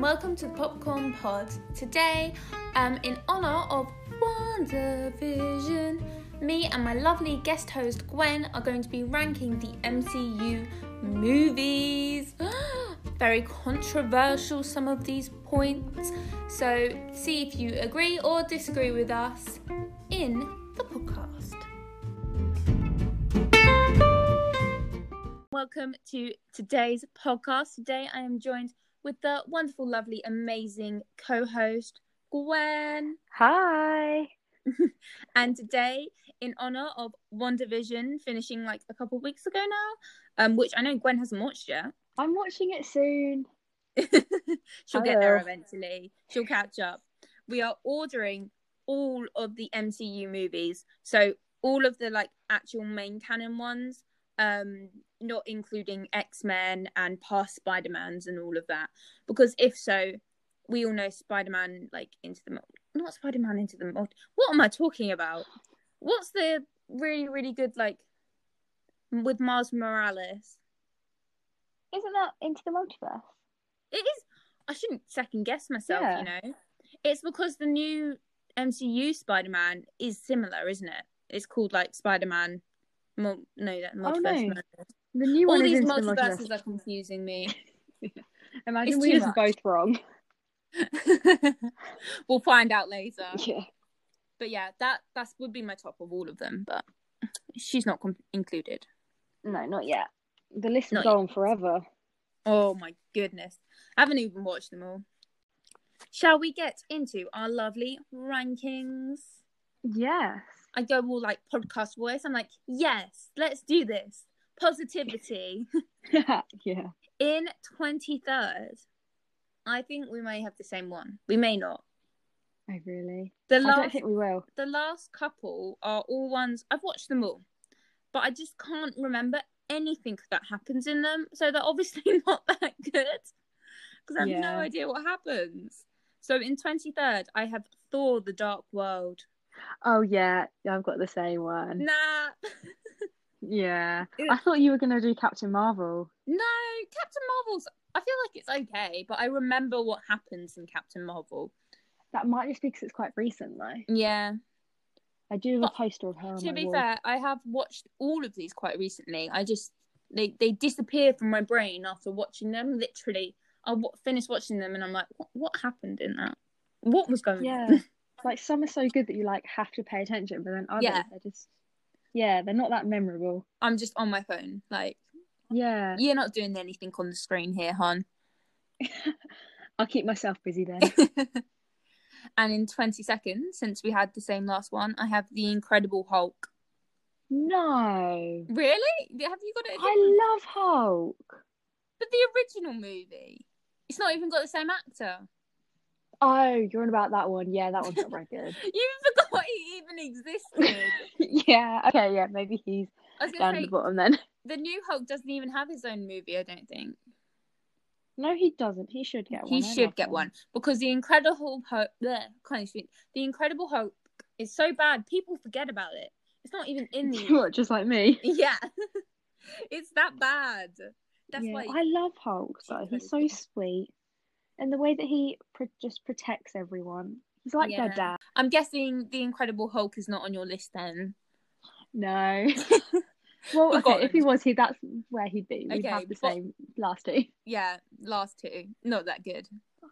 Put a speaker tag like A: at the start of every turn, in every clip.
A: welcome to Popcorn Pod. Today, um, in honour of Wonder Vision, me and my lovely guest host Gwen are going to be ranking the MCU movies. Very controversial, some of these points. So, see if you agree or disagree with us in the podcast. Welcome to today's podcast. Today, I am joined with the wonderful, lovely, amazing co host, Gwen.
B: Hi.
A: And today, in honor of One Division finishing like a couple of weeks ago now, um, which I know Gwen hasn't watched yet.
B: I'm watching it soon.
A: She'll get there
B: will.
A: eventually. She'll catch up. We are ordering all of the MCU movies, so all of the like actual main canon ones, um, not including X Men and past Spider Mans and all of that. Because if so, we all know Spider Man like into the mul- not Spider Man into the mul- What am I talking about? What's the really really good like m- with Miles Morales?
B: Isn't that into the multiverse?
A: It is. I shouldn't second guess myself,
B: Yeah.
A: you know. It's because the new MCU Spider Man is similar, isn't it? It's called like Spider Man. Mul- no, that
B: Oh,
A: multiverse.
B: no. The new
A: All
B: one is
A: these
B: into
A: multiverses
B: the multiverse.
A: are confusing me.
B: Imagine
A: it's
B: we
A: too
B: was
A: much.
B: both wrong.
A: we'll find out later.
B: Yeah.
A: But yeah, that that would be my top of all of them. But she's not com- included.
B: No, not yet. The list will
A: Not
B: go on forever.
A: Oh my goodness. I haven't even watched them all. Shall we get into our lovely rankings?
B: Yes.
A: I go all like podcast voice. I'm like, yes, let's do this. Positivity.
B: yeah.
A: In 23rd, I think we may have the same one. We may not.
B: Oh really?
A: The
B: I don't
A: last,
B: think we will.
A: the last couple are all ones I've watched them all, but I just can't remember anything that happens in them. So they're obviously not that good because I have no
B: Yeah.
A: idea what happens. So in 23rd, I have Thor: The Dark World.
B: Oh yeah, I've got the same one.
A: Nah.
B: Yeah.
A: It-
B: I thought you were gonna do Captain Marvel.
A: No, Captain Marvel's. I feel like it's okay, but I remember what happens in Captain Marvel.
B: That might just be because it's quite recent though.
A: Yeah.
B: I do have
A: But-
B: a poster of her on
A: to
B: Oh my
A: be
B: wall.
A: fair, I have watched all of these quite recently. I just they they disappear from my brain after watching them. Literally, I w- finish watching them and I'm like, what what happened in that? What was going
B: Yeah.
A: on?
B: like some are so good that you like have to pay attention, but then others
A: Yeah.
B: they're just yeah, they're not that memorable.
A: I'm just on my phone. Like
B: Yeah,
A: you're not doing anything on the screen here, hon.
B: I'll keep myself busy then.
A: and in 20 seconds, since we had the same last one, I have the Incredible Hulk.
B: no,
A: Really? Have you got it?
B: I love Hulk.
A: But the original movie, it's not even got the same actor.
B: Oh, you're on about that one. Yeah, that one's not very good.
A: You forgot he even existed.
B: yeah, okay, yeah, maybe he's
A: I was
B: down
A: gonna
B: at the
A: say
B: bottom then.
A: the new Hulk doesn't even have his own movie. I don't think
B: No, he doesn't. He should get
A: he
B: one. I
A: should
B: love
A: get
B: him.
A: one because the Incredible Hulk, bleh, can't even speak. the Incredible Hulk is so bad people forget about it. It's not even in the
B: What, just like me.
A: yeah. it's that bad. That's
B: yeah,
A: why
B: I love Hulk.
A: He's
B: Though he's
A: very
B: so
A: good.
B: sweet, and the way that he pro- just protects everyone. He's like
A: Yeah.
B: their dad.
A: I'm guessing the Incredible Hulk is not on your list then.
B: No. well, okay,
A: Forgotten.
B: if he was, he that's where he'd be. We'd
A: Okay,
B: have the
A: but-
B: same last two.
A: Yeah, last two not that good.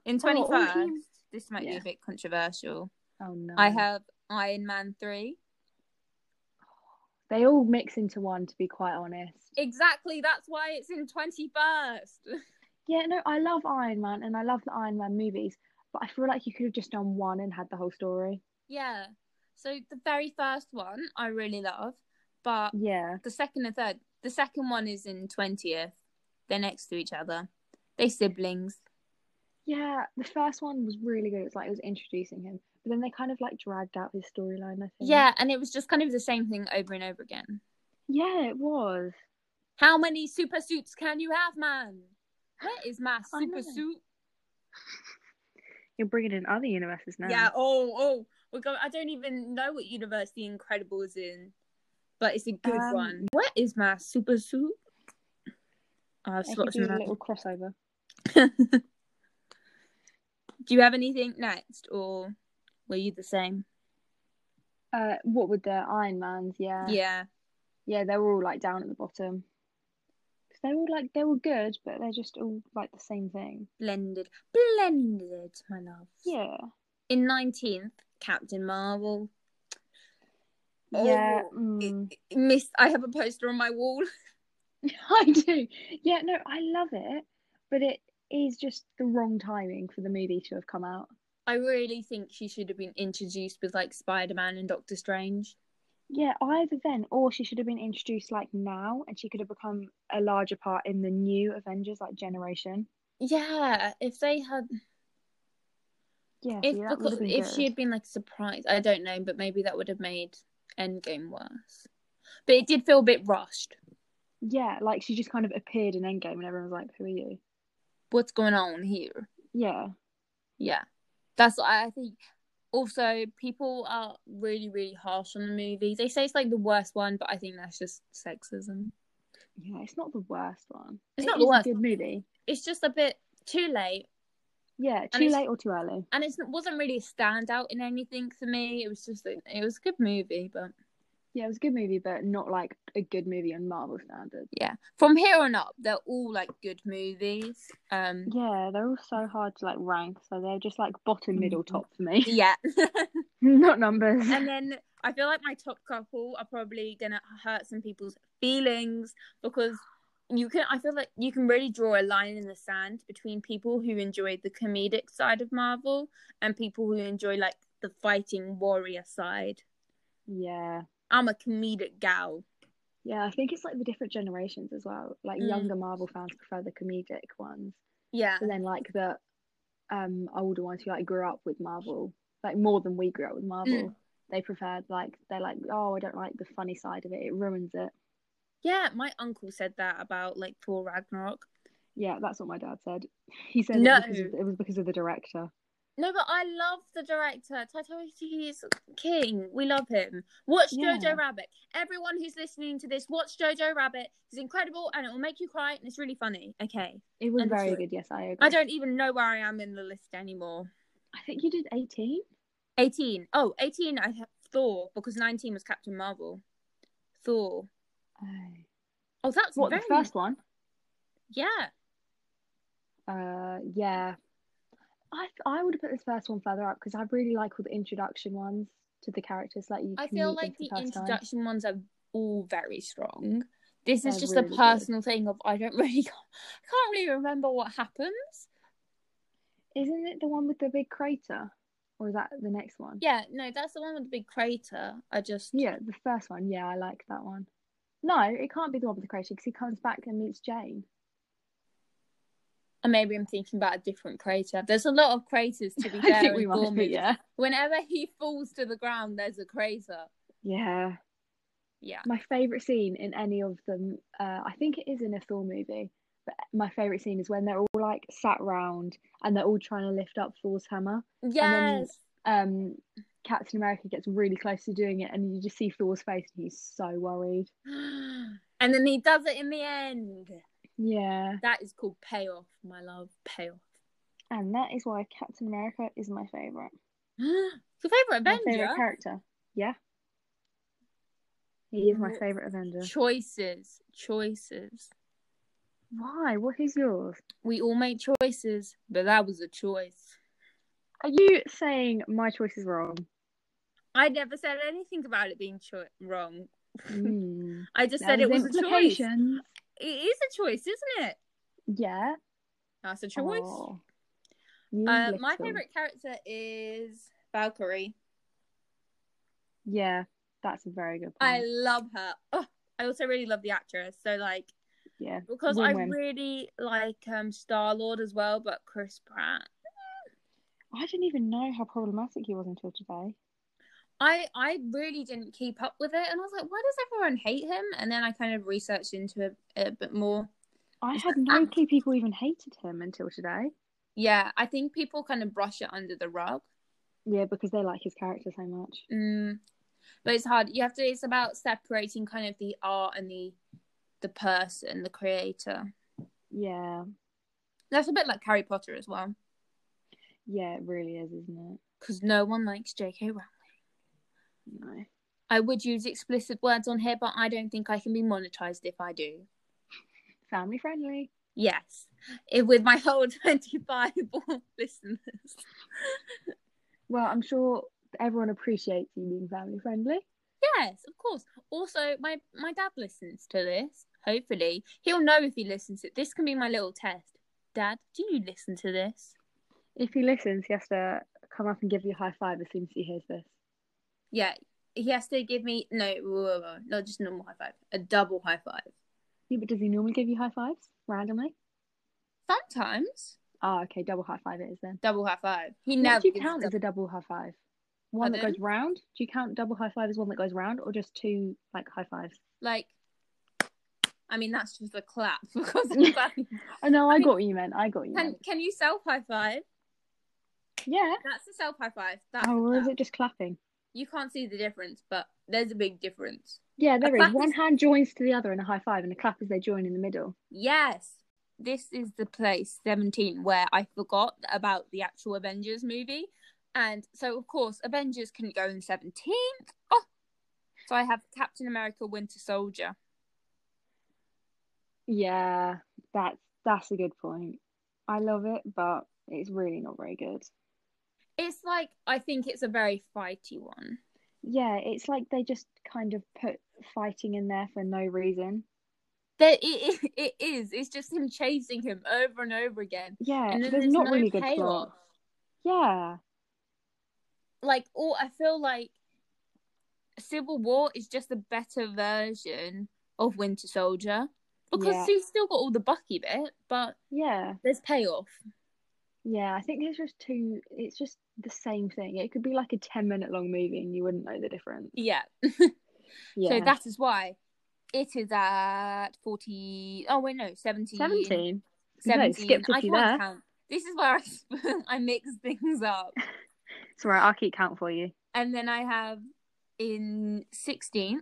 A: In
B: Oh,
A: twenty
B: all
A: first,
B: teams.
A: this might be
B: Yeah.
A: a bit controversial.
B: Oh no.
A: I have Iron Man 3.
B: They all mix into one, to be quite honest.
A: Exactly, that's why it's in 21st.
B: Yeah, no, I love Iron Man and I love the Iron Man movies, but I feel like you could have just done one and had the whole story.
A: yeah. So the very first one I really love, but
B: Yeah.
A: the second and third, the second one is in 20th. They're next to each other. They siblings.
B: Yeah, the first one was really good. It was like it was introducing him, but then they kind of like dragged out his storyline, I think.
A: Yeah, and it was just kind of the same thing over and over again.
B: Yeah, it was.
A: How many super suits can you have, man? Where is my
B: I know.
A: super suit?
B: You're bringing in other universes now.
A: Yeah. Oh, oh, we're going. I don't even know what universe The Incredible is in, but it's a good
B: Um,
A: one. What is my super suit? Oh, I've
B: They could
A: forgotten
B: do a
A: that.
B: little crossover.
A: Do you have anything next, or were you the same?
B: Uh, what with the Iron Mans? Yeah,
A: yeah.
B: yeah, they were all like down at the bottom. 'Cause They were all, like they were good, but they're just all like the same thing.
A: Blended. Blended, my love.
B: Yeah,
A: In 19th, Captain Marvel. Oh,
B: yeah.
A: It-
B: mm.
A: it- Miss, I have a poster on my wall.
B: I do. Yeah, no, I love it, but it is just the wrong timing for the movie to have come out.
A: I really think she should have been introduced with like Spider Man and Doctor Strange.
B: Yeah, either then or she should have been introduced like now and she could have become a larger part in the new Avengers like generation.
A: Yeah, if they had,
B: Yeah,
A: if
B: see, that would
A: because
B: have been
A: if
B: good.
A: she had been like surprised, I don't know, but maybe that would have made Endgame worse. But it did feel a bit rushed.
B: Yeah, like she just kind of appeared in Endgame and everyone was like, Who are you?
A: What's going on here?
B: Yeah.
A: Yeah, that's what I I think. Also, people are really, really harsh on the movie. They say it's like the worst one, but I think that's just sexism.
B: Yeah, it's not the worst one.
A: It's
B: It
A: not the
B: is
A: worst
B: a good movie.
A: It's just a bit too late,
B: Yeah,
A: And
B: too
A: it's-
B: late or too early.
A: and it wasn't really a standout in anything for me. It was just a, it was a good movie, but
B: Yeah, it was a good movie, but not like a good movie on Marvel standards.
A: yeah. From here on up, they're all like good movies. Um,
B: Yeah, they're all so hard to like rank, so they're just like bottom, middle,
A: Mhm.
B: top for me.
A: yeah.
B: Mm-hmm. Not numbers.
A: and then I feel like my top couple are probably gonna hurt some people's feelings because you can. I feel like you can really draw a line in the sand between people who enjoy the comedic side of Marvel and people who enjoy like the fighting warrior side.
B: Yeah.
A: I'm a comedic gal.
B: Yeah, I think it's like the different generations as well. Like
A: Mm.
B: younger Marvel fans prefer the comedic ones.
A: Yeah.
B: But then like the um older ones who like grew up with Marvel, like more than we grew up with Marvel, they preferred like they're like, Oh, I don't like the funny side of it, it ruins it.
A: Yeah, my uncle said that about like Thor Ragnarok.
B: Yeah, that's what my dad said. He said
A: No.
B: it, because of, it was because of the director.
A: No, but I love the director. Taika Waititi is king. We love him. Watch
B: Yeah.
A: Jojo Rabbit. Everyone who's listening to this, watch Jojo Rabbit. It's incredible and it will make you cry and it's really funny. Okay.
B: It was
A: And the
B: very
A: story.
B: good, yes, I agree.
A: I don't even know where I am in the list anymore.
B: I think you did eighteen.
A: 18. Oh, 18 I have Thor because 19 was Captain Marvel. Thor. Oh, that's
B: What
A: very...
B: the first one?
A: Yeah.
B: Uh, yeah. I I would put this first one further up because I really like all the introduction ones to the characters. Like you,
A: I
B: can
A: feel like
B: meet them for
A: the
B: first time.
A: introduction ones are all very strong. This is
B: They're
A: just
B: really
A: a
B: good.
A: personal thing of I don't really can't really remember what happens.
B: Isn't it the one with the big crater, or is that the next one?
A: Yeah, no, that's the one with the big crater. I just
B: Yeah, the first one. Yeah, I like that one. No, it can't be the one with the crater because he comes back and meets Jane.
A: and uh, maybe I'm thinking about a different crater. There's a lot of craters to be fair.
B: I think
A: in
B: we
A: Thor
B: might be.
A: movies.
B: Yeah.
A: Whenever he falls to the ground, there's a crater.
B: Yeah.
A: Yeah.
B: My favorite scene in any of them, uh, I think it is in a Thor movie, but my favorite scene is when they're all like sat round and they're all trying to lift up Thor's hammer. then-
A: Yes.
B: um Captain America gets really close to doing it and you just see Thor's face and he's so worried.
A: And then he does it in the end.
B: Yeah.
A: That is called payoff, my love. Payoff.
B: And that is why Captain America is my favourite.
A: Your favourite
B: My
A: Avenger?
B: favourite character. Yeah. He is my
A: Wh-
B: favourite Avenger.
A: Choices. Choices.
B: Why? What is yours?
A: We all make choices, but that was a choice.
B: Are you saying my choice is wrong?
A: I never said anything about it being cho- wrong.
B: Mm.
A: I just
B: Now
A: said it
B: there's
A: was a choice.
B: implications.
A: It is a choice, isn't it?
B: Yeah.
A: That's a choice.
B: Oh. You
A: Uh, my
B: little-
A: favorite character is Valkyrie.
B: Yeah, that's a very good point.
A: I love her. Oh, I also really love the actress. So like
B: Yeah.
A: because I
B: Win-win.
A: really like um Star Lord as well, but Chris Pratt.
B: I didn't even know how problematic he was until today.
A: I I really didn't keep up with it, and I was like, why does everyone hate him? And then I kind of researched into it a bit more.
B: I
A: Is
B: had
A: that
B: no
A: act-
B: clue people even hated him until today.
A: Yeah, I think people kind of brush it under the rug.
B: Yeah, because they like his character so much.
A: Mm. But it's hard. You have to. It's about separating kind of the art and the the person, the creator.
B: Yeah.
A: That's a bit like Harry Potter as well.
B: Yeah, it really is, isn't it?
A: because no one likes J.K. Rowling.
B: No.
A: I would use explicit words on here, but I don't think I can be monetized if I do.
B: Family friendly.
A: Yes, it, with my whole 25 listeners.
B: Well, I'm sure everyone appreciates you being family friendly.
A: Yes, of course. Also, my my dad listens to this. Hopefully, he'll know if he listens. To, this can be my little test. Dad, do you listen to this?
B: If he listens, he has to come up and give you a high five as soon as he hears this.
A: Yeah, he has to give me no, whoa, whoa, whoa, not just a normal high five, a double high five.
B: Yeah, but does he normally give you high fives randomly?
A: Sometimes
B: Ah, okay, double high five it is then.
A: double high five. He
B: What
A: never
B: do you
A: gives
B: count
A: a
B: as a double high five? One that
A: Pardon?
B: goes round? Do you count double high five as one that goes round, or just two like high fives?
A: like I mean that's just a clap because I'm clapping.
B: Oh no, I,
A: I mean-
B: got what you meant. I got what you.
A: can
B: meant.
A: can you self high five?
B: Yeah.
A: That's a self high five. That's
B: Oh,
A: a
B: or is
A: clap.
B: it just clapping?
A: You can't see the difference, but there's a big difference.
B: Yeah, there
A: clap
B: is. One
A: is-
B: hand joins to the other in a high five, and a clap is they join in the middle.
A: Yes. This is the place 17 where I forgot about the actual Avengers movie. And so of course Avengers couldn't go in 17th. Oh. So I have Captain America Winter Soldier.
B: Yeah, that's that's a good point. I love it, but it's really not very good.
A: It's like I think it's a very fighty one.
B: Yeah, it's like they just kind of put fighting in there for no reason.
A: That it, it, it is. It's just him chasing him over and over again.
B: Yeah,
A: And
B: there's,
A: then there's
B: not
A: no
B: really good
A: payoff.
B: plot. Yeah,
A: Like, or I feel like Civil War is just a better version of Winter Soldier because
B: Yeah.
A: he's still got all the Bucky bit, but
B: yeah,
A: there's payoff.
B: yeah. I think it's just too. It's just the same thing. It could be like a ten minute long movie, and you wouldn't know the difference.
A: Yeah.
B: Yeah,
A: So that is why it is at 40. Oh, wait, no, 17.
B: seventeen. No,
A: 17.
B: skipped a
A: I
B: few
A: can't
B: there.
A: count. This is where I, I mix things up.
B: It's all right. I'll keep count for you.
A: And then I have in 16th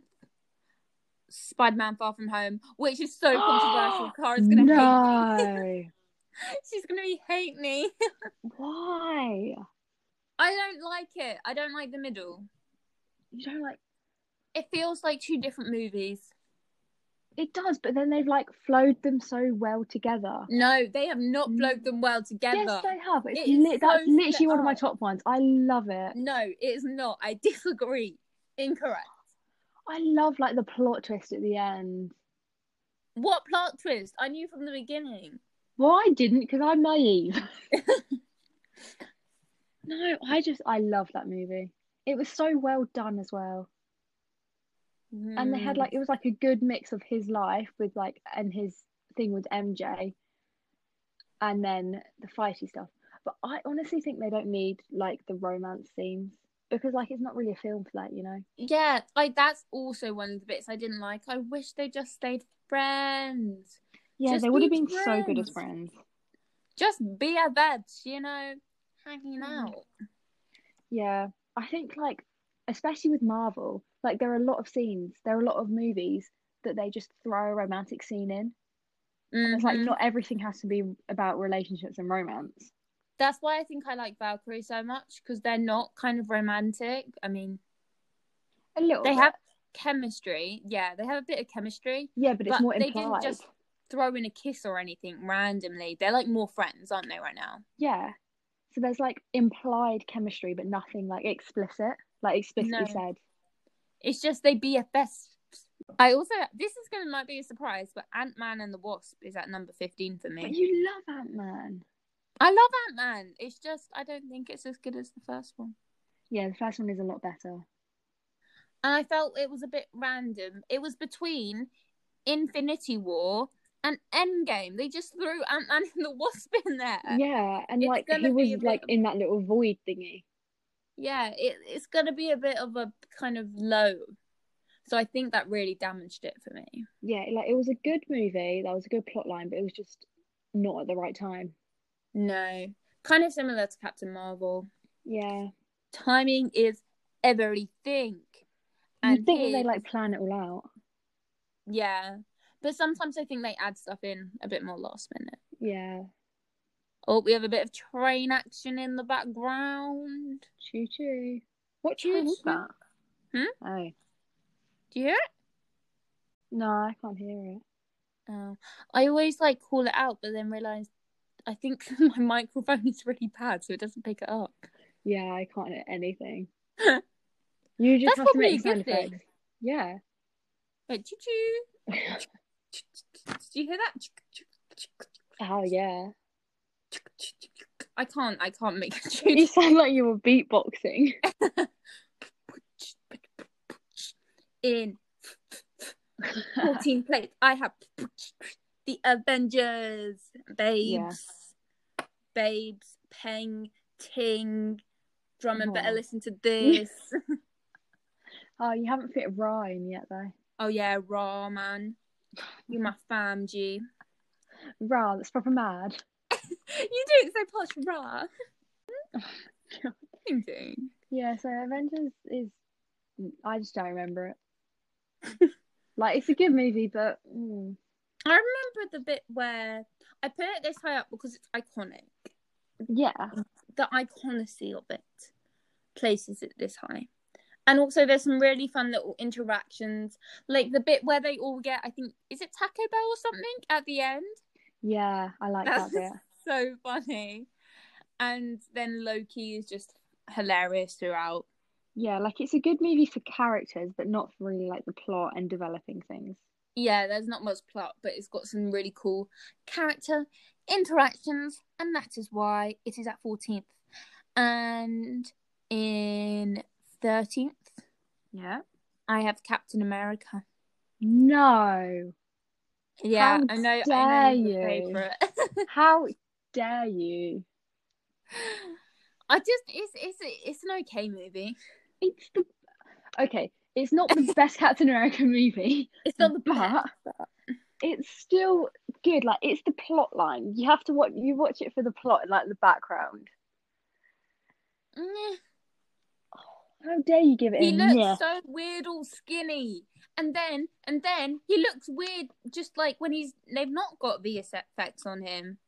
A: Spider Man Far From Home, which is so controversial. Cara's gonna hate me.
B: no,
A: She's gonna be hate me.
B: why?
A: I don't like it. I don't like the middle.
B: You don't like.
A: It feels like two different movies.
B: It does, but then they've like flowed them so well together.
A: No, they have not
B: Mm.
A: flowed them well together.
B: Yes, they have. It's
A: It is
B: lit that's
A: so set
B: literally one of my
A: up.
B: top ones. I love it.
A: no, it is not. I disagree. Incorrect.
B: I love like the plot twist at the end.
A: What plot twist? I knew from the beginning.
B: Well, I didn't because I'm naive. no, I just I love that movie. It was so well done as well, and they had
A: Mm.
B: like it was like a good mix of his life with like and his thing with MJ, and then the fighty stuff. But I honestly think they don't need like the romance scenes because like it's not really a film for that, you know.
A: Yeah, I that's also one of the bits I didn't like. I wish they just stayed friends.
B: Yeah,
A: Just
B: they would have
A: be
B: been so good as friends.
A: Just be a BFFs, you know, hanging
B: Mm.
A: out.
B: Yeah, I think like especially with Marvel, like there are a lot of scenes, there are a lot of movies that they just throw a romantic scene in. It's like
A: Mhm.
B: not everything has to be about relationships and romance.
A: That's why I think I like Valkyrie so much because they're not kind of romantic. I mean,
B: A little
A: they
B: bit.
A: have chemistry. Yeah, they have a bit of chemistry.
B: Yeah, but it's
A: but
B: more
A: they didn't
B: implied.
A: just- Throw in a kiss or anything randomly. They're like more friends, aren't they, right now?
B: Yeah. So there's like implied chemistry, but nothing like explicit, like explicitly
A: No.
B: said.
A: It's just they BFFs. I also this is gonna might be a surprise, but Ant Man and the Wasp is at number fifteen for me.
B: But you love Ant Man.
A: I love Ant Man. It's just I don't think it's as good as the first one.
B: Yeah, the first one is a lot better.
A: And I felt it was a bit random. It was between Infinity War and Endgame. They just threw Ant Man and the Wasp in there.
B: Yeah, and
A: Uh, it's
B: like
A: gonna be
B: he was
A: a bit
B: like
A: of-
B: in that little void thingy.
A: Yeah, it, it's gonna be a bit of a kind of low. So I think that really damaged it for me.
B: Yeah, like it was a good movie. That was a good plot line, but it was just not at the right time.
A: No. Kind of similar to Captain Marvel.
B: Yeah,
A: Timing is everything.
B: you think that they
A: his-
B: like plan it all out.
A: Yeah. But sometimes I think they add stuff in a bit more last minute.
B: Yeah,
A: Oh, we have a bit of train action in the background.
B: Choo choo. What choo is
A: Choo-choo.
B: that?
A: Hmm?
B: Oh.
A: Do you hear it?
B: No, I can't hear it.
A: Oh, I always like call it out, but then realize I think my microphone is really bad, so it doesn't pick it up.
B: Yeah, I can't hear anything. You just
A: That's
B: have to make
A: probably a good
B: sound
A: thing.
B: effects. Yeah.
A: Wait, choo choo. Do you hear that?
B: Oh yeah.
A: I can't. I can't make a
B: You
A: choo.
B: sound like you were beatboxing.
A: In fourteen plates, I have the Avengers, babes,
B: Yeah.
A: babes, peng, ting, drummer. Better
B: Oh.
A: listen to this.
B: Oh, you haven't fit Ryan yet though.
A: oh yeah, raw man, you my fam, G.
B: Ra, that's proper mad.
A: You do it so posh, raw. Ding ding.
B: Yeah, so Avengers is I just don't remember it. like it's a good movie, but mm,
A: I remember the bit where I put it this high up because it's iconic.
B: yeah,
A: The iconicity of it places it this high. And also, there's some really fun little interactions, like the bit where they all get, I think, is it Taco Bell or something at the end?
B: yeah, I like
A: That's
B: that bit.
A: so funny. And then Loki is just hilarious throughout.
B: Yeah, like it's a good movie for characters, but not for really like the plot and developing things.
A: Yeah, there's not much plot, but it's got some really cool character interactions, and that is why it is at 14th. And in 13th,
B: Yeah.
A: I have Captain America.
B: No.
A: Yeah,
B: How
A: I know, I know
B: dare
A: you're your
B: you.
A: favorite.
B: How dare you?
A: I just it's it's it's an okay movie.
B: It's the okay. It's not the best Captain America movie,
A: It's not the
B: but
A: best.
B: it's still good. Like it's the plot line. You have to watch. You watch it for the plot and like the background.
A: Nyeh.
B: How dare you give it
A: mm, He
B: a
A: looks
B: yeah?
A: so weird, all skinny, and then and then he looks weird, just like when he's they've not got VFX on him.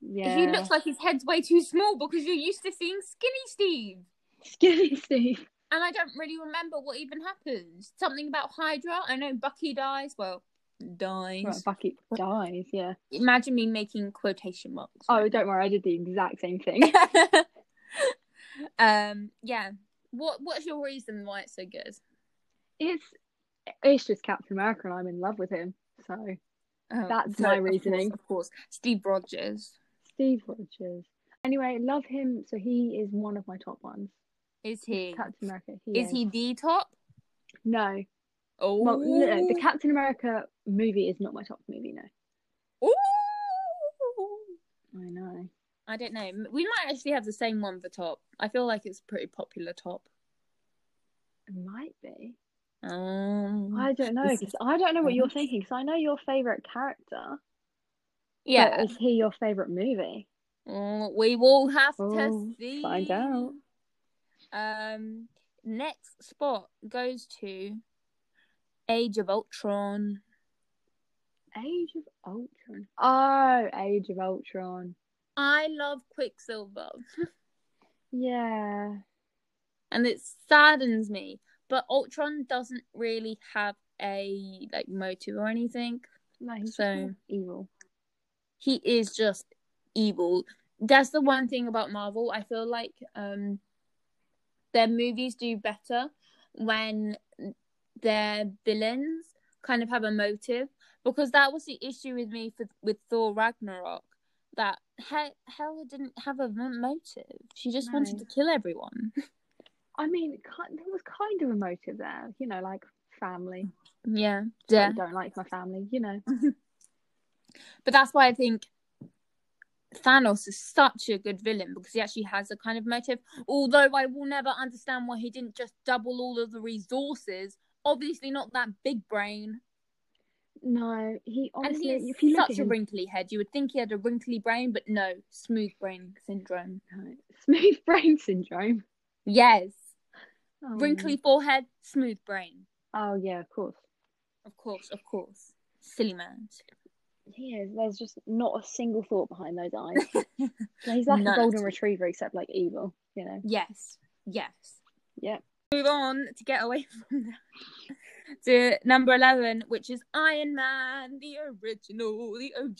B: Yeah.
A: He looks like his head's way too small because you're used to seeing Skinny Steve.
B: skinny Steve.
A: And I don't really remember what even happens. Something about Hydra. I know Bucky dies. Well, dies.
B: Right, Bucky dies. Yeah.
A: Imagine me making quotation marks.
B: Oh, don't worry. I did the exact same thing.
A: um. Yeah. What What's your reason why it's so good?
B: it's it's just Captain America, and I'm in love with him. So
A: Oh,
B: That's
A: no,
B: my
A: of course,
B: reasoning.
A: Of course, Steve Rogers
B: Steve Rogers. Anyway, love him. So he is one of my top ones.
A: is he?
B: Captain America. He
A: Is he the top?
B: No.
A: Oh,
B: Well, no, no, the Captain America movie is not my top movie. No.
A: Ooh.
B: I know.
A: I don't know. M- We might actually have the same one for top. I feel like it's a pretty popular top.
B: It might be.
A: Um,
B: I don't know.
A: This
B: 'cause I don't know what you're thinking. So I know your favorite character.
A: yeah.
B: But is he your favorite movie?
A: Mm, we will have
B: Oh,
A: to see.
B: Find out.
A: Um, next spot goes to Age of Ultron.
B: Age of Ultron. Oh, Age of Ultron.
A: I love Quicksilver,
B: Yeah.
A: and it saddens me. But Ultron doesn't really have a like motive or anything.
B: No, he's just
A: So-
B: kind of evil.
A: he is just evil. That's the one thing about Marvel. I feel like um their movies do better when their villains kind of have a motive because that was the issue with me for, with Thor Ragnarok that he- Hela didn't have a mo- motive. She just wanted
B: No.
A: to kill everyone.
B: I mean, it kind, there was kind of a motive there, you know, like family.
A: yeah.
B: I
A: Yeah.
B: don't like my family, you know.
A: But that's why I think Thanos is such a good villain because he actually has a kind of motive. Although I will never understand why he didn't just double all of the resources. Obviously, not that big brain.
B: No, he
A: And
B: honestly,
A: he is
B: if you look
A: such
B: at
A: a
B: him,
A: wrinkly head. You would think he had a wrinkly brain, but no, smooth brain syndrome.
B: no, smooth brain syndrome.
A: Yes.
B: Oh,
A: Wrinkly forehead, smooth brain.
B: Oh yeah, of course.
A: Of course, of course. Silly man.
B: Yeah, He is. There's just not a single thought behind those eyes. Like, he's like
A: None
B: a
A: at
B: golden
A: all.
B: retriever, except like evil. You know.
A: Yes. Yes.
B: Yeah.
A: move on to get away from that to number 11 which is iron man the original the og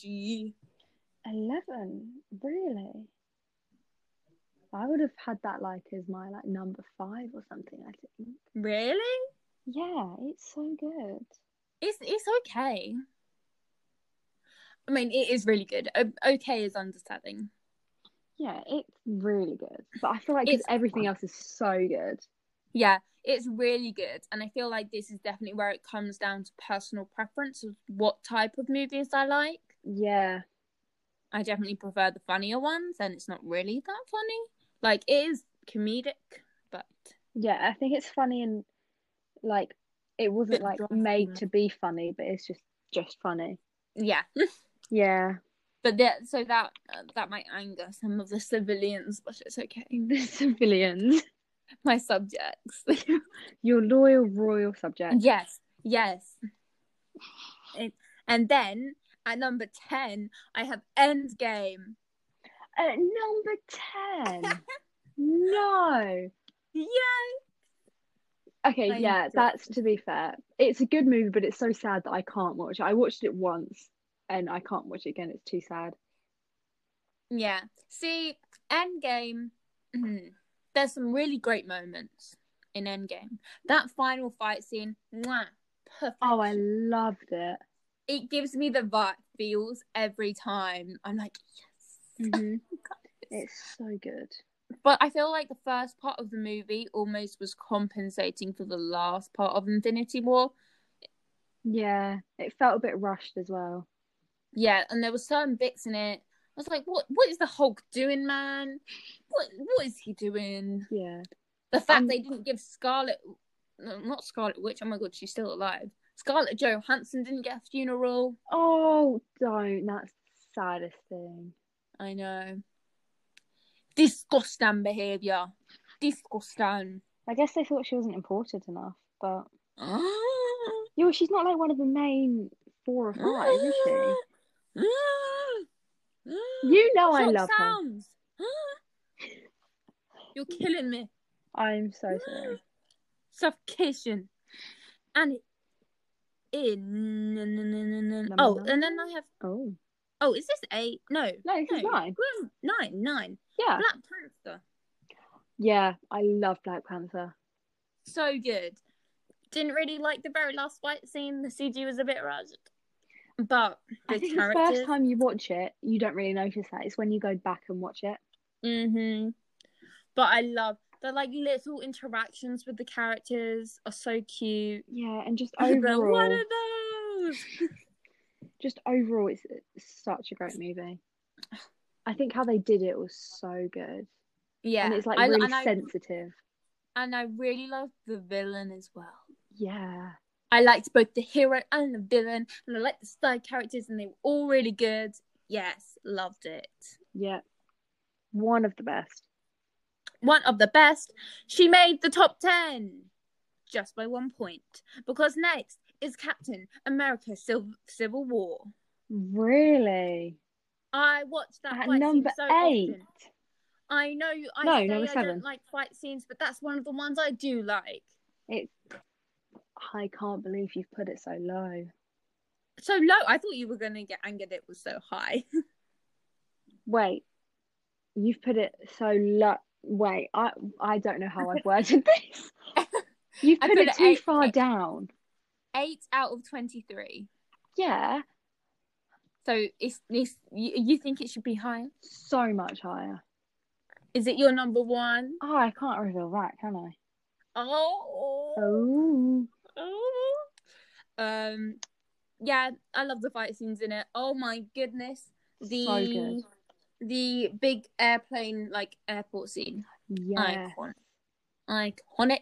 B: Eleven. Really. I would have had that like as my like number five or something. I think.
A: really
B: Yeah, it's so good.
A: it's it's okay i mean it is really good O- okay is understating
B: Yeah, it's really good. But I feel like 'cause
A: It's-
B: everything else is so good.
A: yeah it's really good and i feel like this is definitely where it comes down to personal preference of what type of movies i like
B: Yeah,
A: i definitely prefer the funnier ones and it's not really that funny like it is comedic but
B: yeah. I think it's funny and like it wasn't
A: Bit
B: like
A: dark
B: made
A: humor.
B: to be funny, but it's just just funny.
A: yeah
B: Yeah,
A: But that so that uh, that might anger some of the civilians, but it's okay.
B: the civilians,
A: My subjects.
B: your loyal royal subject.
A: yes, yes. It, and then at number ten, I have Endgame.
B: At number ten. no.
A: Yeah,
B: Okay,
A: I
B: yeah,
A: enjoy-
B: that's to be fair. It's a good movie, but it's so sad that I can't watch it. I watched it once, and I can't watch it again. It's too sad.
A: yeah. See, Endgame. mm, There's some really great moments in Endgame. That final fight scene, mwah, perfect.
B: Oh, I loved it.
A: It gives me the vibe feels every time. I'm like, yes.
B: Mm-hmm. Oh, It's so good.
A: But I feel like the first part of the movie almost was compensating for the last part of Infinity War.
B: Yeah, it felt a bit rushed as well.
A: Yeah, and there were certain bits in it. I was like, "What? What is the Hulk doing, man? What? What is he doing?"
B: Yeah.
A: The fact
B: Um,
A: they didn't give Scarlet, no, not Scarlet Witch. Oh my god, she's still alive. Scarlett Johansson didn't get a funeral.
B: Oh, don't. That's the saddest thing.
A: I know. Disgusting behavior. Disgusting.
B: I guess they thought she wasn't important enough, but yeah, well, she's not like one of the main four or five, is she? You know Oh, I
A: Short
B: love her.
A: sounds. You're killing me.
B: I'm so sorry.
A: Suffocation. And in.
B: Number
A: Oh,
B: nine?
A: and then I have.
B: Oh
A: Oh, is this eight? No.
B: no, this is
A: No.
B: mine.
A: Grim- Nine, nine.
B: Yeah,
A: Black Panther.
B: yeah. I love Black Panther.
A: So good. Didn't really like the very last fight scene. The CG was a bit rushed. But
B: I
A: the
B: think the
A: characters.
B: first time you watch it, you don't really notice that. It's when you go back and watch it.
A: hmm But I love the like little interactions with the characters are so cute.
B: Yeah, and just
A: I was like, What
B: overall,
A: are those?
B: just overall, it's it's such a great movie. I think how they did it was so good.
A: Yeah,
B: and it's like
A: I-
B: really
A: and I,
B: sensitive.
A: and I really love the villain as well.
B: Yeah,
A: I liked both the hero and the villain, and I liked the side characters, and they were all really good. Yes, loved it.
B: yeah, one of the best.
A: One of the best. She made the top ten just by one point because next is Captain America: Civil, Civil War.
B: Really,
A: I watched that
B: at
A: fight
B: number
A: scene so
B: eight.
A: often. I know I
B: No,
A: say
B: number
A: I
B: seven.
A: don't like fight scenes, but that's one of the ones I do like.
B: It's I can't believe you've put it so low.
A: So low, I thought you were gonna get angered. It was so high.
B: Wait, you've put it so low. Wait, I I don't know how I've worded this. You've
A: I
B: put,
A: put
B: it
A: it
B: too
A: eight-
B: far
A: eight.
B: down.
A: Eight out of twenty-three.
B: Yeah,
A: So it's, it's you, you think it should be higher?
B: so much higher.
A: Is it your number one?
B: Oh, I can't reveal that, can I?
A: Oh,
B: Oh,
A: oh. Um, yeah, I love the fight scenes in it. Oh my goodness, the
B: so good.
A: the big airplane like airport scene,
B: Yeah.
A: iconic, iconic.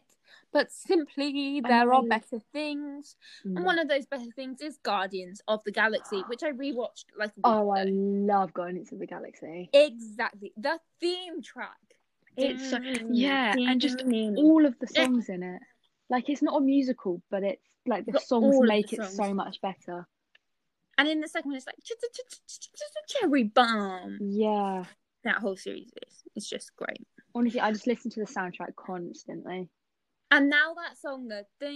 A: But simply,
B: I
A: there are
B: know.
A: better things, and one of those better things is Guardians of the Galaxy, which I rewatched like a week
B: Oh, I
A: ago.
B: love Guardians of the Galaxy.
A: exactly the theme track.
B: It's so-
A: Mm,
B: yeah, and just
A: mm.
B: all of the
A: Yeah.
B: songs in it. Like it's not a musical, but it's like the
A: Got
B: songs
A: all of
B: make
A: the
B: it so
A: songs.
B: much better.
A: And in the second one, it's like cherry bomb.
B: Yeah.
A: That whole series is it's just great.
B: Honestly, I just listen to the soundtrack constantly.
A: And now that song, the that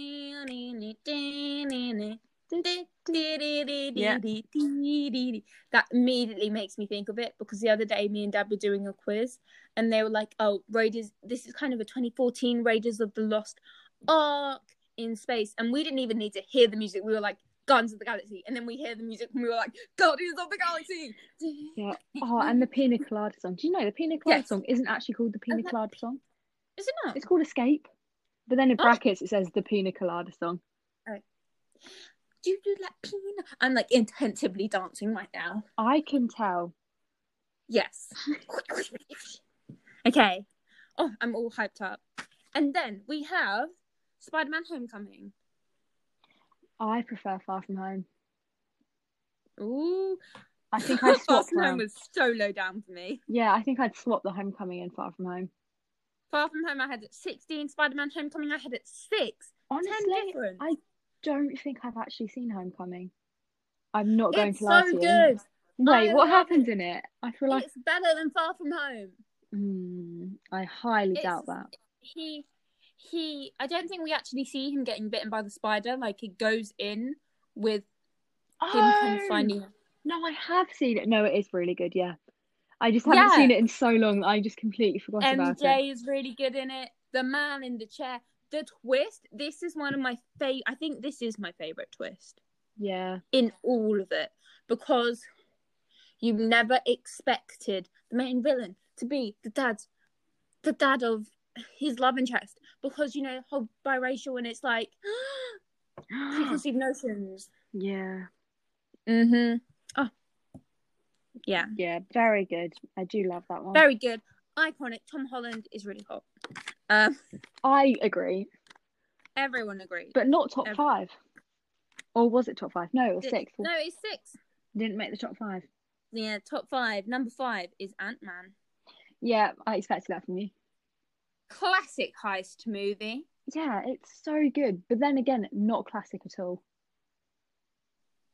A: immediately makes me think of it because the other day me and Dad were doing a quiz and they were like, "Oh, Raiders, this is kind of a 2014 Raiders of the Lost Ark in space," and we didn't even need to hear the music. We were like, "Guardians of the Galaxy," and then we hear the music and we were like, "Guardians of the Galaxy."
B: Yeah. Oh, and the Pina Colada song. Do you know the Pina Colada
A: Yes.
B: song isn't actually called the Pina
A: that-
B: Colada song?
A: is it not?
B: It's called Escape. But then in
A: Oh.
B: brackets it says the Pina Colada song.
A: Do you like peanut? I'm like intensively dancing right now.
B: I can tell.
A: Yes. okay. Oh, I'm all hyped up. And then we have Spider Man Homecoming.
B: I prefer Far From Home.
A: Ooh.
B: I think I'd swap
A: Far From Home
B: round.
A: was so low down for me.
B: Yeah, I think I'd swap the Homecoming and Far From Home.
A: Far From Home, I had at 16. Spider Man Homecoming, I had at 6. Ten
B: Honestly,
A: different.
B: I don't think I've actually seen Homecoming. I'm not going
A: it's
B: to lie
A: so
B: to you.
A: good.
B: Wait,
A: I love
B: what happens in it? I feel like
A: It's better than Far From Home.
B: mm, I highly
A: It's-
B: doubt that.
A: He, he, I don't think we actually see him getting bitten by the spider. Like, he goes in with him kind of finding.
B: no, I have seen it. No, it is really good. Yeah, I just haven't
A: Yeah.
B: seen it in so long. that I just completely forgot about it.
A: MJ is really good in it. The man in the chair. The twist. This is one of my favorite. I think this is my favorite twist
B: Yeah,
A: in all of it because you never expected the main villain to be the dad's, the dad of his love interest because you know how biracial and it's like preconceived notions.
B: yeah,
A: Mm-hmm. Oh, yeah.
B: yeah. Very good. I do love that one.
A: Very good. Iconic. Tom Holland is really hot. Um,
B: I agree,
A: everyone agrees.
B: but not top
A: Every-
B: five. Or was it top five? No, it was
A: Did-
B: sixth.
A: No, it's six.
B: Didn't make the top five.
A: Yeah, top five. Number five is Ant Man.
B: Yeah, I expected that from you.
A: Classic heist movie.
B: Yeah, it's so good. But then again, not classic at all.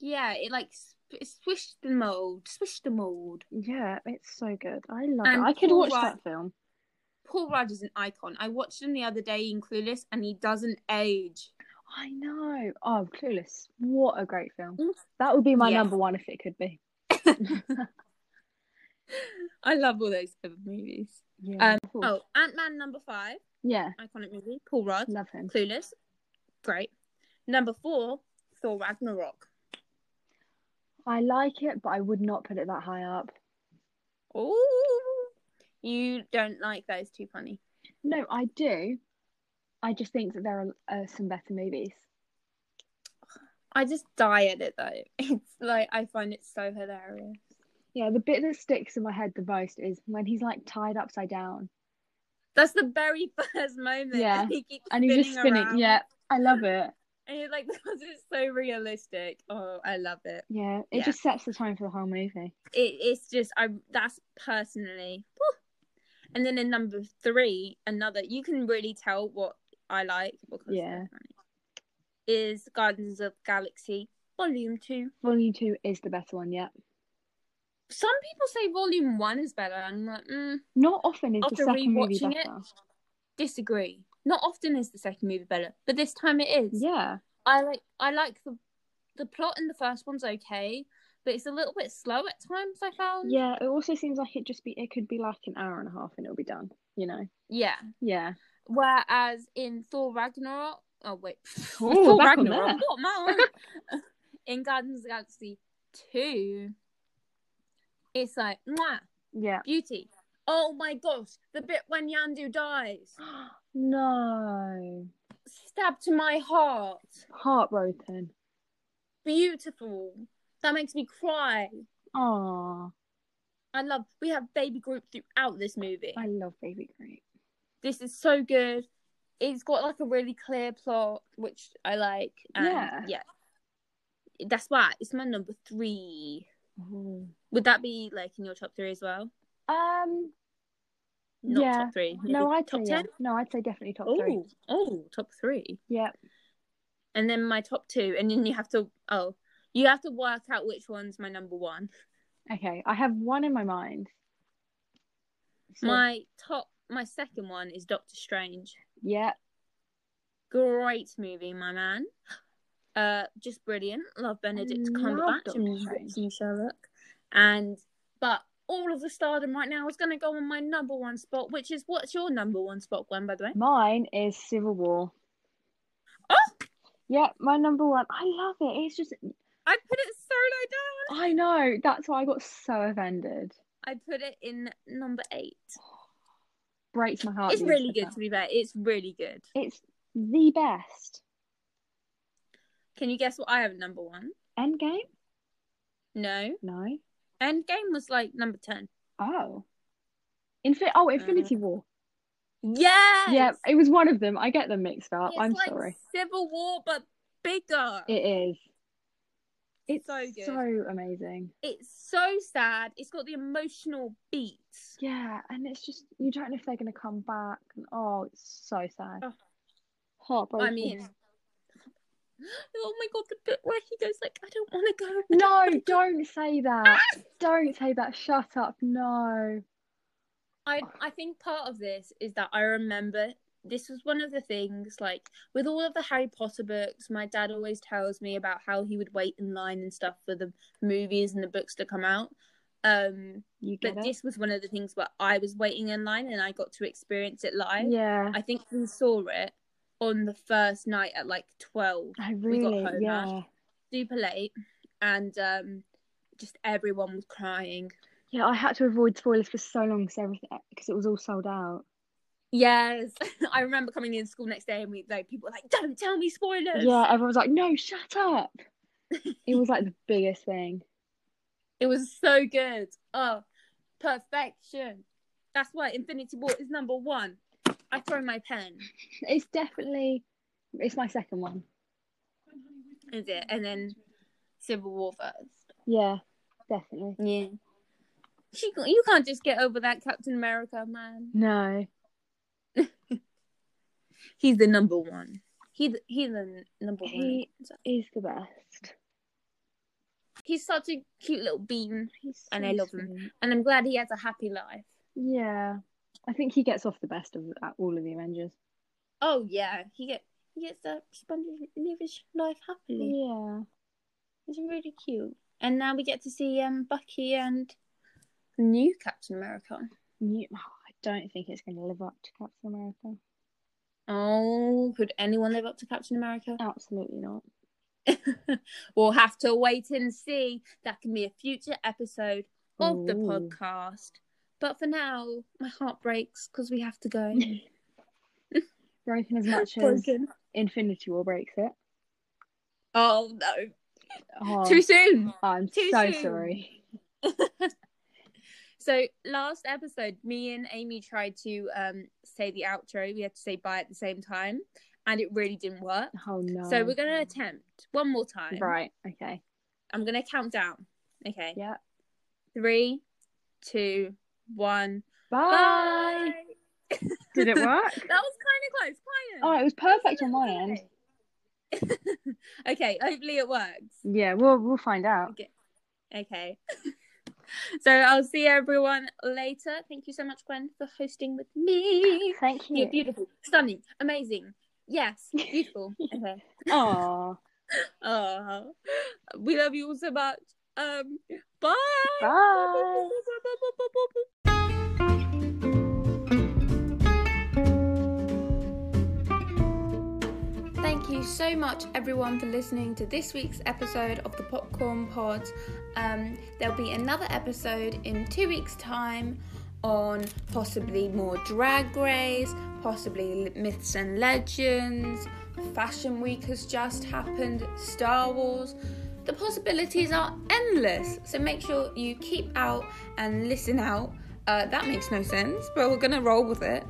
A: Yeah, it like sp- swished the mold, swished the mold.
B: Yeah, it's so good. I love
A: And
B: it. I could
A: Paul
B: watch
A: Rudd-
B: that film.
A: Paul Rudd is an icon. I watched him the other day in Clueless, and he doesn't age.
B: I know. Oh, Clueless. What a great film.
A: Mm.
B: That would be my
A: Yes.
B: number one if it could be.
A: I love all those type of movies.
B: Yeah.
A: Um,
B: of course.
A: Oh, Ant Man number five,
B: Yeah,
A: iconic movie. Paul Rudd,
B: love him.
A: Clueless, great. Number four, Thor Ragnarok.
B: I like it, but I would not put it that high up.
A: Oh, you don't like those two funny.
B: No, I do. I just think that there are uh, some better movies.
A: I just die at it though. It's like I find it so hilarious.
B: Yeah, the bit that sticks in my head the most is when he's like tied upside down
A: That's the very first moment.
B: Yeah.
A: and he keeps
B: and he's just spinning.
A: around.
B: Yeah, I love it.
A: and it's like because it's so realistic. Oh, I love it.
B: Yeah, it
A: Yeah.
B: just sets the tone for the whole movie.
A: it it's just I that's personally. whew. And then in number three, another you can really tell what I like because
B: Yeah.
A: they're funny, is Gardens of Galaxy Volume Two.
B: Volume two is the better one. Yeah,
A: Some people say Volume One is better. I'm like, mm,
B: not often is
A: after
B: the second movie
A: rewatching it,
B: better.
A: disagree. Not often is the second movie better, but this time it is.
B: Yeah,
A: I like I like the the plot in the first one's okay, but it's a little bit slow at times. I found.
B: yeah. It also seems like it just be it could be like an hour and a half and it'll be done. You know.
A: Yeah.
B: Yeah.
A: Whereas in Thor Ragnarok, oh wait,
B: Ooh,
A: Thor
B: back on
A: Ragnarok,
B: there.
A: what man? in Guardians of the Galaxy two, it's like mwah,
B: Yeah.
A: beauty. Oh my gosh, the bit when Yandu dies,
B: no.
A: stab to my heart,
B: Heartbroken.
A: beautiful. That makes me cry.
B: Oh,
A: I love. We have baby group throughout this movie.
B: I love Baby Groot.
A: This is so good. It's got like a really clear plot, which I like. And
B: Yeah.
A: yeah. That's why it's my number three.
B: Ooh.
A: Would that be like in your top three as well?
B: Um.
A: Not
B: yeah.
A: top three. maybe
B: No, I'd
A: top
B: say yeah. no, I'd say definitely top three.
A: Oh, oh, top three.
B: Yeah.
A: And then my top two, and then you have to. Oh, You have to work out which one's my number one.
B: Okay, I have one in my mind. So,
A: My top, my second one is Doctor Strange.
B: yeah,
A: Great movie, my man. Uh, just brilliant. Love Benedict
B: love
A: Cumberbatch
B: Doctor
A: and
B: Strange.
A: Watson Sherlock. And but all of the stardom right now is going to go on my number one spot, which is what's your number one spot, Gwen? By the way,
B: mine is Civil War.
A: Oh!
B: Yeah, my number one. I love it. It's just
A: I put it so low down.
B: I know. That's why I got so offended.
A: I put it in number eight.
B: Breaks my heart.
A: It's
B: that you
A: really
B: said
A: good
B: that.
A: to be fair. It's really good.
B: It's the best.
A: Can you guess what I have at number one?
B: Endgame?
A: No.
B: No.
A: Endgame was like number ten.
B: Oh. Infi- oh, Infinity
A: Mm.
B: War.
A: Yes.
B: Yeah, it was one of them. I get them mixed up.
A: It's
B: I'm
A: like
B: sorry.
A: Civil War, but bigger.
B: It is. It's
A: so good.
B: so amazing.
A: it's so sad. It's got the emotional beats.
B: Yeah, and it's just you don't know if they're gonna come back. And, oh, it's so sad.
A: Oh.
B: Heartbreaking.
A: I mean, oh my god, the bit where he goes like, "I don't want to go."
B: no, don't say that. don't say that. Shut up. No.
A: I I think part of this is that I remember this was one of the things like with all of the Harry Potter books, my dad always tells me about how he would wait in line and stuff for the movies and the books to come out. Um,
B: You get
A: but
B: it.
A: this was one of the things where I was waiting in line and I got to experience it live.
B: yeah.
A: I think we saw it on the first night at like twelve.
B: I
A: we got
B: really.
A: home
B: Yeah.
A: super late and um just everyone was crying
B: Yeah. I had to avoid spoilers for so long because everything because it was all sold out.
A: yes i remember coming in school next day and we like people were like don't tell me spoilers
B: Yeah, everyone was like, "No, shut up." it was like the biggest thing.
A: it was so good oh perfection that's why infinity war is number one i throw my pen
B: It's definitely it's my second one.
A: is it and then civil war first
B: Yeah, definitely.
A: yeah she, ca- you can't just get over that captain america man
B: No,
A: he's the number one he the, he's the n- number one
B: He- is the best.
A: he's such a cute little bean
B: He's
A: And
B: so
A: I love him.
B: sweet.
A: and I'm glad he has a happy life.
B: Yeah, I think he gets off the best of uh, all of the Avengers.
A: Oh yeah, he get he gets to spend live his life happily.
B: Yeah,
A: It's really cute. And now we get to see um Bucky and the new Captain America.
B: You- oh, I don't think it's going to live up to Captain America.
A: Oh, could anyone live up to Captain America?
B: Absolutely not.
A: we'll have to wait and see. That can be a future episode of the
B: Ooh.
A: podcast. But for now, my heart breaks because we have to go.
B: Broken as much as
A: Broken.
B: Infinity War breaks it.
A: Oh no,
B: Oh,
A: too soon.
B: I'm
A: too
B: so
A: soon.
B: sorry.
A: So last episode, me and Amy tried to um, say the outro. We had to say bye at the same time, and it really didn't work.
B: Oh no.
A: So we're gonna attempt one more time.
B: Right. Okay.
A: I'm gonna count down. Okay.
B: Yeah.
A: Three, two, one.
B: Bye. Did it work?
A: That was kind of close. Kind
B: Oh,
A: of.
B: it was perfect on my end.
A: okay. Hopefully it works.
B: Yeah, we'll we'll find out.
A: Okay. so I'll see everyone later. Thank you so much, Gwen, for hosting with me.
B: Thank
A: You're
B: you.
A: beautiful, stunning, amazing. Yes, beautiful. okay.
B: Aw,
A: Oh, we love you all so much. Um, bye.
B: bye.
A: Thank you so much, everyone, for listening to this week's episode of the Popcorn Pod. Um, there'll be another episode in two weeks' time on possibly more drag race, possibly l- myths and legends. Fashion Week has just happened, Star Wars. The possibilities are endless, so make sure you keep out and listen out. Uh, that makes no sense, but we're going to roll with it.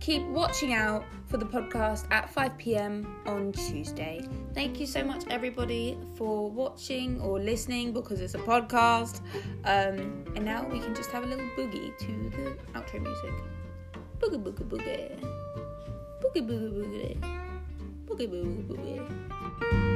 A: Keep watching out for the podcast at 5 pm on Tuesday. Thank you so much, everybody, for watching or listening because it's a podcast. Um, and now we can just have a little boogie to the outro music. Boogie, boogie, boogie. Boogie, boogie, boogie. Boogie, boogie, boogie.